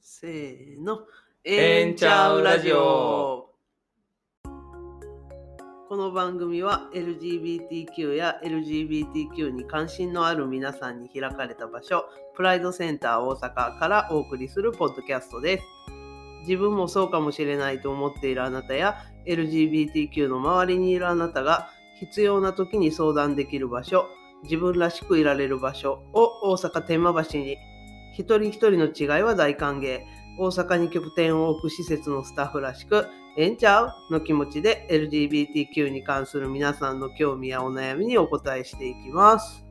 せーの。えんちゃうラジオ。この番組は LGBTQ や LGBTQ に関心のある皆さんに開かれた場所、プライドセンター大阪からお送りするポッドキャストです。自分もそうかもしれないと思っているあなたや LGBTQ の周りにいるあなたが必要な時に相談できる場所、自分らしくいられる場所を大阪天満橋に一人一人の違いは大歓迎大阪に拠点を置く施設のスタッフらしく「ええんちゃう?」の気持ちで LGBTQ に関する皆さんの興味やお悩みにお答えしていきます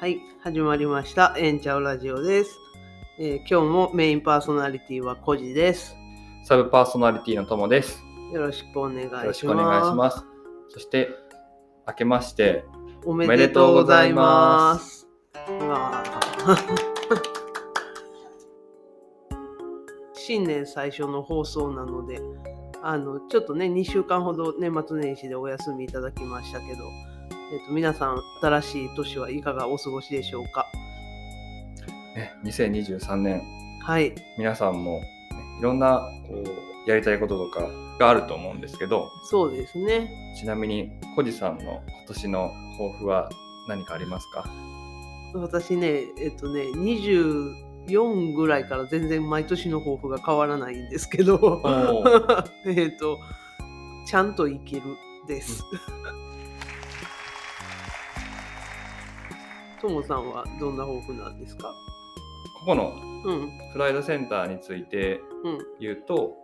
はい始まりました「ええんちゃうラジオ」です、えー今日もメインパーソナリティはコジですサブパーソナリティのともです。よろしくお願いしますよろしくお願いします。そして、明けまして、おめでとうございます。うわー 新年最初の放送なので、あのちょっとね、2週間ほど年末年始でお休みいただきましたけど、えっと、皆さん、新しい年はいかがお過ごしでしょうか。ね、2023年、はい、皆さんも、ね、いろんなこうやりたいこととかがあると思うんですけど、そうですね。ちなみに、コジさんの今年の抱負は何かありますか私ね、えっとね、24ぐらいから全然毎年の抱負が変わらないんですけど、おー えっと、ちゃんと生きるです。ともさんはどんな抱負なんですかここのうん、プライドセンターについてうん、言うと、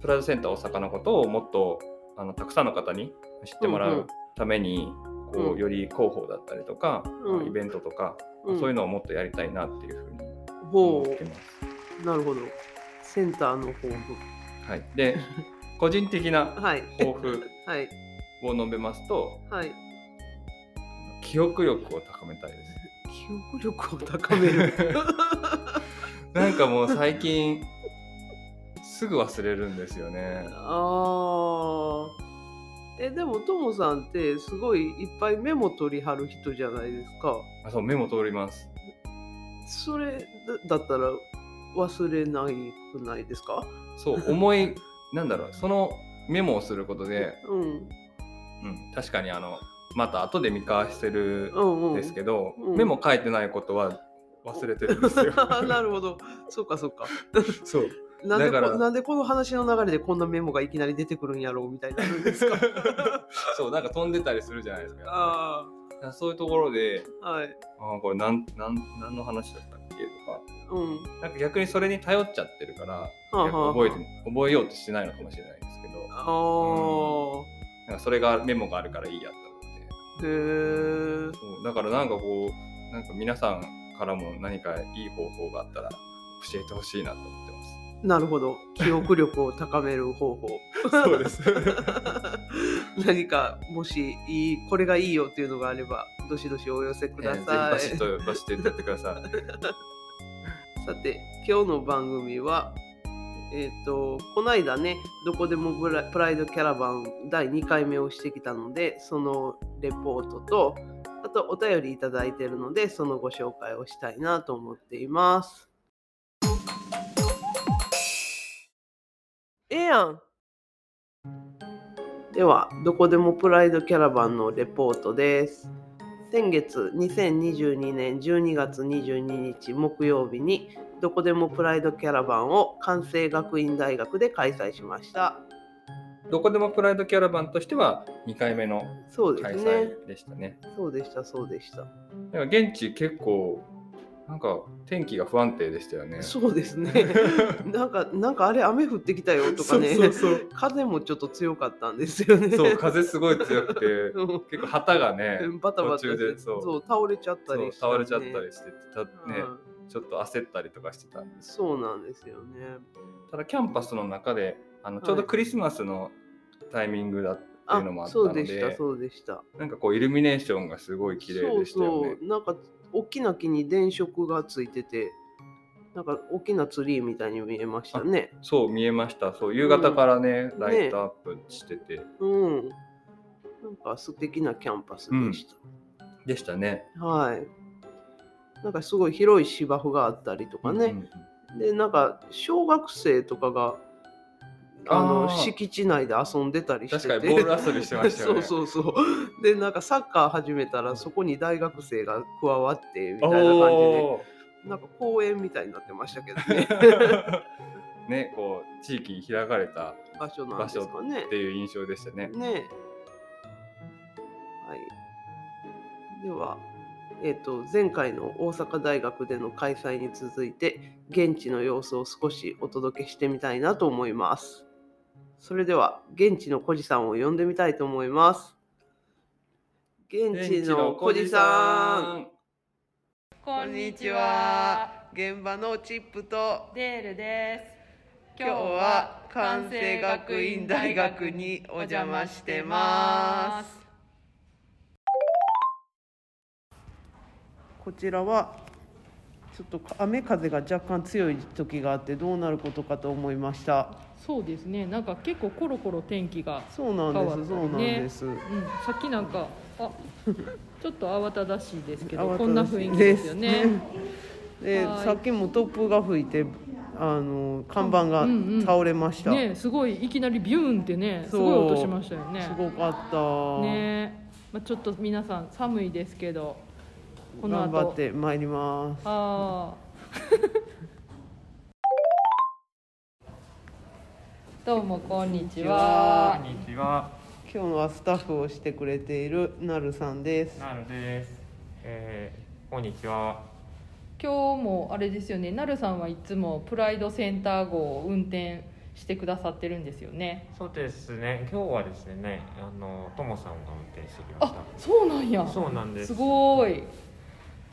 プライドセンター大阪のことをもっとあのたくさんの方に知ってもらうんうんうために、うこんうより広報だったりとか、うんイベントとか、うんそういうのをもっとやりたいなっていうふうにほ思ってます。う、なるほど。センターの抱はい、で 個人的負。なはい、抱負はい、を述べますとはい。記憶力を高めたいです。記憶力を高める。 なんかもう最近すぐ忘れるんですよね。ああ。え、でもともさんってすごいいっぱいメモ取りはる人じゃないですか。あそうメモ通ります。それだだったら忘れないくないですか そう思いなんだろうそのメモをすることで、うん。うん、確かにあのまた後で見返してるうんうんん。ですけど、うんメモ書いてないことは忘れてるんです よ。なるほど。そうかそうか。 そうなんでだからこなんでこの話の流れでこんなメモがいきなり出てくるんやろうみたいになるんです かそうなんか飛んでたりするじゃないですか。あだからそういうところであ、はい。あーこれなんなん何の話だったっけとうん。かなんか逆にそれに頼っちゃってるからはあ逆に覚えて覚えようとしてないのかもしれないですけどああ、なんかそれがメモがあるからいいやと思ってへえ。そうだからなんかこうなんか皆さんからも何かいい方法があったら教えてほしいなと思ってます。なるほど。記憶力を高める方法。 そうです何かもしいいこれがいいよっていうのがあればどしどしお寄せくだえーぜひさバい。シッとバシッと言ってやってください。さて今日の番組はえっ、とこの間ねどこでもブラプライドキャラバン第2回目をしてきたのでそのレポートとあとお便りいただいてるのでそのご紹介をしたいなと思っています。ええやんではどこでもプライドキャラバンのレポートです。先月2022年12月22日木曜日にどこでもプライドキャラバンを関西学院大学で開催しましたどこでもプライドキャラバンとしては2回目のそうで開すね催でしたね。そうでしたそうでしたなんか現地結構なんか天気が不安定でしたよね。そうです ねなんかなんかあれ雨降ってきたよとかねそうそう風もちょっと強かったんですよねそうそう風すごい強くて うん結構旗がねバタバタ途中してでそうそう倒れちゃったそうり倒れちゃったねりしてた、ねうんちょっと焦ったりとかしてたんですそうなんですよねただキャンパスの中であのちょうどクリスマスのタイミングだっていうのもあったそうのでで,、したそうでしたなんかこうイルミネーションがすごい綺麗でしたよねそう。そうなんか大きな木に電飾がついててなんか大きなツリーみたいに見えましたねそう見えましたそう夕方からね、うんライトアップしてて、うんなんか素敵なキャンパスでした、でしたねはいなんかすごい広い芝生があったりとかうんうね、んうんでなんか小学生とかがあのあー敷地内で遊んでたりしてて確かにボール遊びしてましたよ ねそうそうそうでなんかサッカー始めたらそこに大学生が加わってみたいな感じでおなんか公園みたいになってましたけど ねー ねこう地域に開かれた場所なんですかねっていう印象でしたね。ねはい。では、えっ、と、前回の大阪大学での開催に続いて、現地の様子を少しお届けしてみたいなと思います。それでは、現地の小路さんを呼んでみたいと思います。現地の小路さん。んこんにちは。。現場のチップと、デールです。今日は関西学院大学にお邪魔してます。こちらはちょっと雨風が若干強い時があってどうなることかと思いましたそうですね。なんか結構コロコロ天気が、そうなん変でわったす、ねそうなんですうん、さっきなんかあ、 ちょっと慌ただしいですけ慌ただしど、いこんな雰囲気ですよでねす。ね ではいさっきも突風が吹いてあの看板がうんうん倒れました、ね、すごいいきなりビューンってね、すそうごい音しましたよね。すごかった、ね、まあちょっと皆さん寒いですけど、この頑張っ後、てまいりますああ。どうもこんにちは。こんにちは、今日のはスタッフをしてくれているなるさんですなるです。えー、こんにちは。今日もあれですよね。なるさんはいつもプライドセンター号を運転してくださってるんですよね。そうですね。今日はですね、あのともさんが運転してきましあ、そうなんやた。。そうなんです。すごい。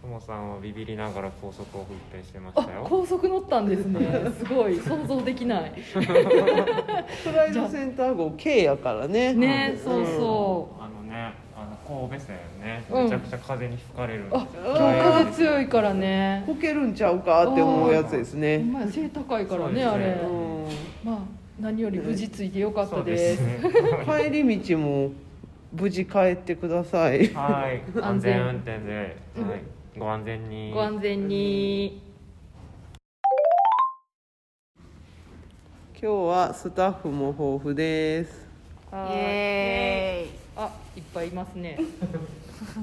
ともさんはビビりながら高速を運転してましあた、よ。高速乗ったんです ね。すごい想像できない。プライドセンター号 K やからねねう、んそうそあのね、あの神戸線ね、うんめちゃくちゃ風に吹かれるんう。であ、すよ。今日風強いからね。こけるんちゃうかって思うやつですほんねまや背高いからそうでねすねあれ。うんまあ何より無事ついてよかっそたうでですす。ね。帰り道も無事帰ってくださいはい、 安安全全運転で、はい、ご安全に。ご安全に。今日はスタッフも豊富ですはイいエーイあ、いっぱいいますね。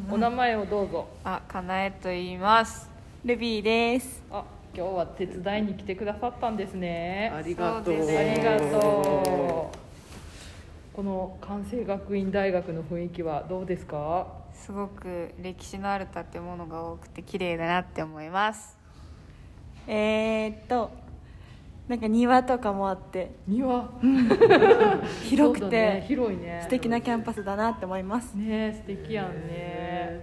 お名前をどうぞ。あ、かなえと言いますルビーですあ、今日は手伝いに来てくださったんですね。あありがとうそうですねりがとう。この関西学院大学の雰囲気はどうですか。すごく歴史のある建物が多くて綺麗だなって思いますえーっとなんか庭とかもあって 庭広そくうだねて広いね。素敵なキャンパスだなって思いますね、素敵やんね。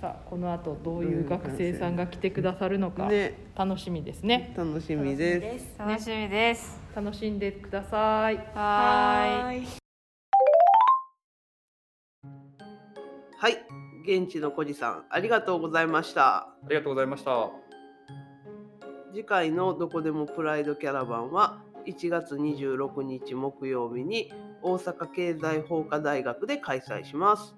さあ、この後どういう学生さんが来てくださるのかね楽しみですね。楽しみですす楽しみです、楽しんでください。はーいいはい現地の小路さんありがとうございましたありがとうございました。次回の「どこでもプライドキャラバン」は1月26日木曜日に大阪経済法科大学で開催します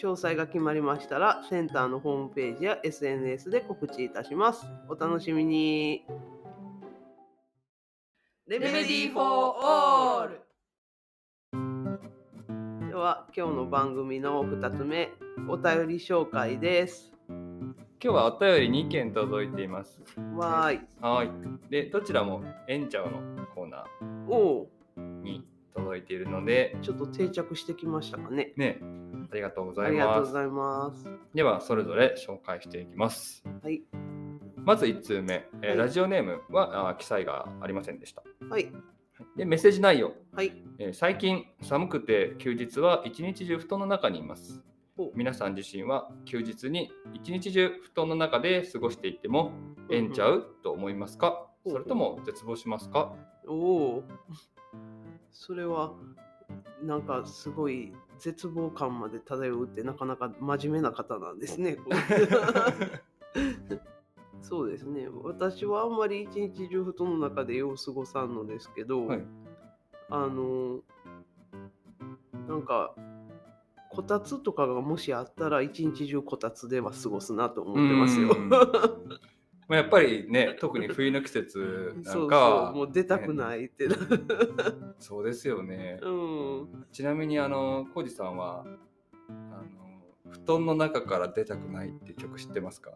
詳細が決まりましたらセンターのホームページや SNS で告知いたしますお楽しみにレメディーフォーオールでは今日の番組の2つ目お便り紹介です今日はお便り2件届いています。わーいはい。で、どちらもエンチャオのコーナおうーに届いているので、ちょっと定着してきましたかねね、ありがとうござあいりがとまうすご。ざいます。では、それぞれ紹介していきます。はい。まず1通目、えーはいラジオネームはあー記載がありませんでした。はい。で、メッセージ内容、はい。えー最近寒くて休日は一日中布団の中にいますお皆さん自身は休日に一日中布団の中で過ごしていてもうんえんちゃうと思いますかほうそれとも絶望しま すかおおー。それは、なんかすごい絶望感まで漂うって、なかなか真面目な方なんです ね。こうそうですね。私はあんまり一日中布団の中でよう過ごさんのですけど、はいあの、なんか、こたつとかがもしあったら一日中こたつでは過ごすなと思ってますよ。うんまあやっぱりね特に冬の季節な そんうかそうもう出たくねないってな、 そうですよねうん、ちなみにあの浩二さんはあの布団の中から出たくないって曲知ってますか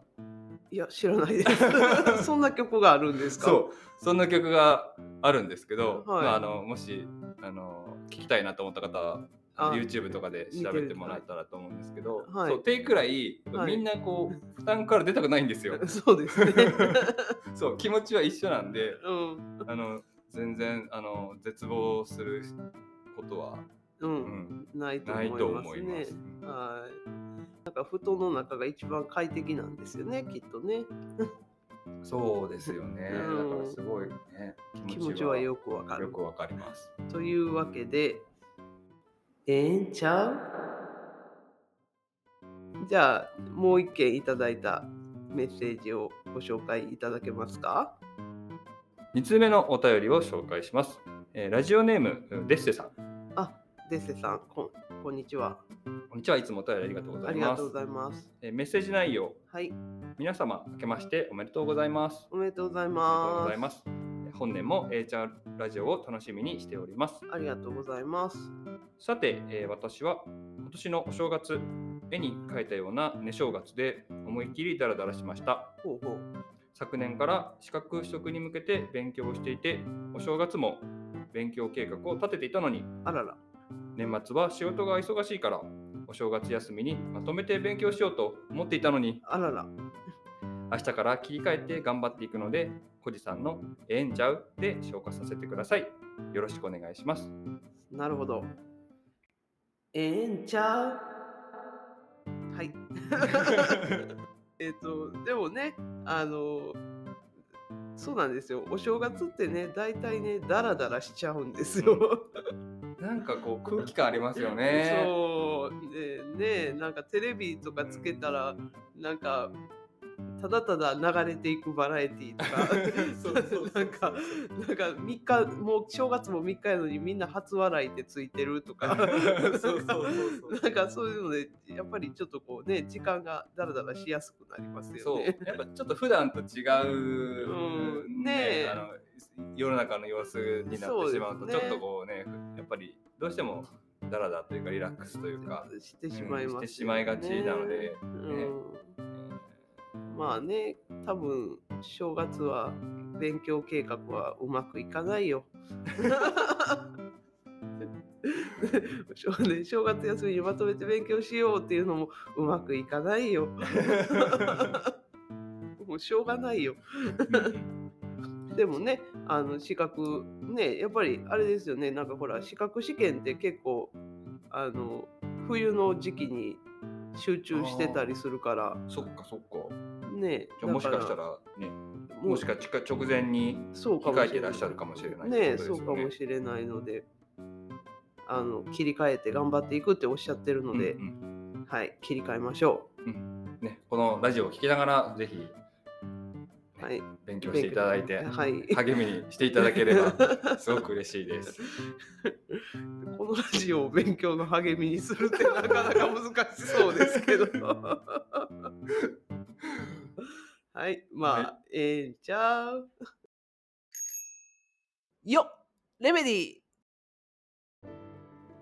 いや知らないです そんな曲があるんですかそうそんな曲があるんですけど、はいまあ、あのもしあの聞きたいなと思った方はあ YouTube とかで調べてもらえたらと思うんですけど、はいそう手くらい、はいみんなこう負担から出たくない んですよそうです ねそう気持ちは一緒なんでうんあの全然あの絶望することは、う、うんん、ないとない思といま思すいまねす。はいなんか布団の中が一番快適なんですよねきっとねそうですよね。うんだからすごいね気持ちはよくわかよるくわかります。というわけでええんちゃうじゃあもう一件いただいたメッセージをご紹介いただけますか2通目のお便りを紹介します。えーラジオネームデッセさん。あデッセさんこんこんにちはこんにちは。いつもお便りありがとうござあいりがますとう。ございますえーメッセージ内容。はい皆様明けましておめでとうございます。おめでとうございおめでとうまごすざいます。えー本年も HR ラジオを楽しみにしております。ありがとうございますさて、えー私は今年のお正月絵に描いたような寝正月で思いっきりダラダラしました。ほうほう昨年から資格取得に向けて勉強をしていてお正月も勉強計画を立てていたのにあらら年末は仕事が忙しいからお正月休みにまとめて勉強しようと思っていたのにあらら明日から切り替えて頑張っていくので小路さんの「ええんちゃう?」で消化させてくださいよろしくお願いしますなるほど。ええんちゃう はい。えっと、でもね、あの、そうなんですよ。お正月ってね、大体ね、ダラダラしちゃうんですよ。なんかこう空気感ありますよねそう。で、ね、なんかテレビとかつけたら、なんか、ただただ流れていくバラエティーとか そうそうそうそうなんかなんか3日もう正月も3日やのにみんな初笑いってついてると かそうそうそうそう なんかそういうのでやっぱりちょっとこうね時間がだらだらしやすくなりますよそうね。やっぱちょっと普段と違う、うんねえあの世の中の様子になってしまうそうとですちょねっとこうねやっぱりどうしてもダラダラというかリラックスというか、 してしまいますよね、うんしてしまいがちなのでうんえまあね多分正月は勉強計画はうまくいかないよ。 そうね正月休みにまとめて勉強しようっていうのもうまくいかないよ。もうしょうがないよ。でもね、あの資格ね、やっぱりあれですよね。なんかほら資格試験って結構あの冬の時期に集中してたりするからーそっかそっかね。じゃあもしかしだたからねもうもしか近直前にそうかも控えしてれいならいっしゃるかもしれないねってことそでうすよかもしれないので、あの切り替えて頑張っていくっておっしゃってるので、うんうんはい切り替えましょね、このラジオを聞きながらぜひう。はい、勉強していただいてはい、励みにしていただけ ればすごく嬉しいです。このラジオを勉強の励みにするってなかなか難しそうですけど。 はい、まあ、はええんちゃう。よっレメディー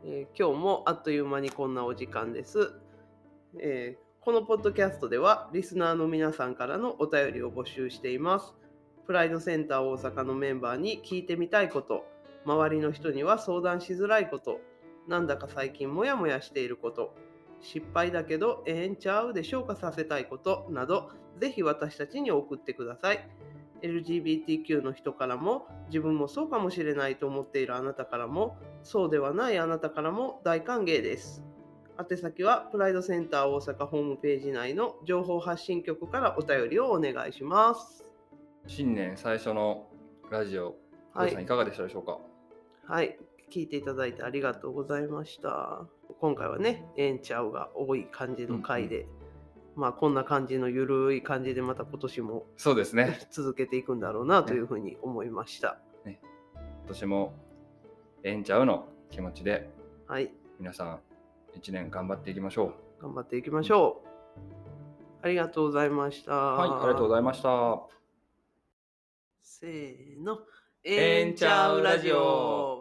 えー今日もあっという間にこんなお時間です、えーこのポッドキャストではリスナーの皆さんからのお便りを募集しています。プライドセンター大阪のメンバーに聞いてみたいこと、周りの人には相談しづらいこと、なんだか最近モヤモヤしていること、失敗だけどええんちゃうで消化させたいことなど、ぜひ私たちに送ってください。LGBTQ の人からも、自分もそうかもしれないと思っているあなたからも、そうではないあなたからも大歓迎です。宛先はプライドセンター大阪ホームページ内の情報発信局からお便りをお願いします。新年最初のラジオ、は皆さんいい、かがでしたでしょうかはい、聞いていただいてありがとうございました。今回はね、ええんちゃうが多い感じの回で、まあこんな感じのゆるい感じでまた今年もそうですね。続けていくんだろうなというふうに思いました。今年もええんちゃうの気持ちではい、皆さん1年頑張っていきましょ頑張っていきましょう。ありがとうございました。う。はい、ありがとうございました。せーの。エンチャウラジオ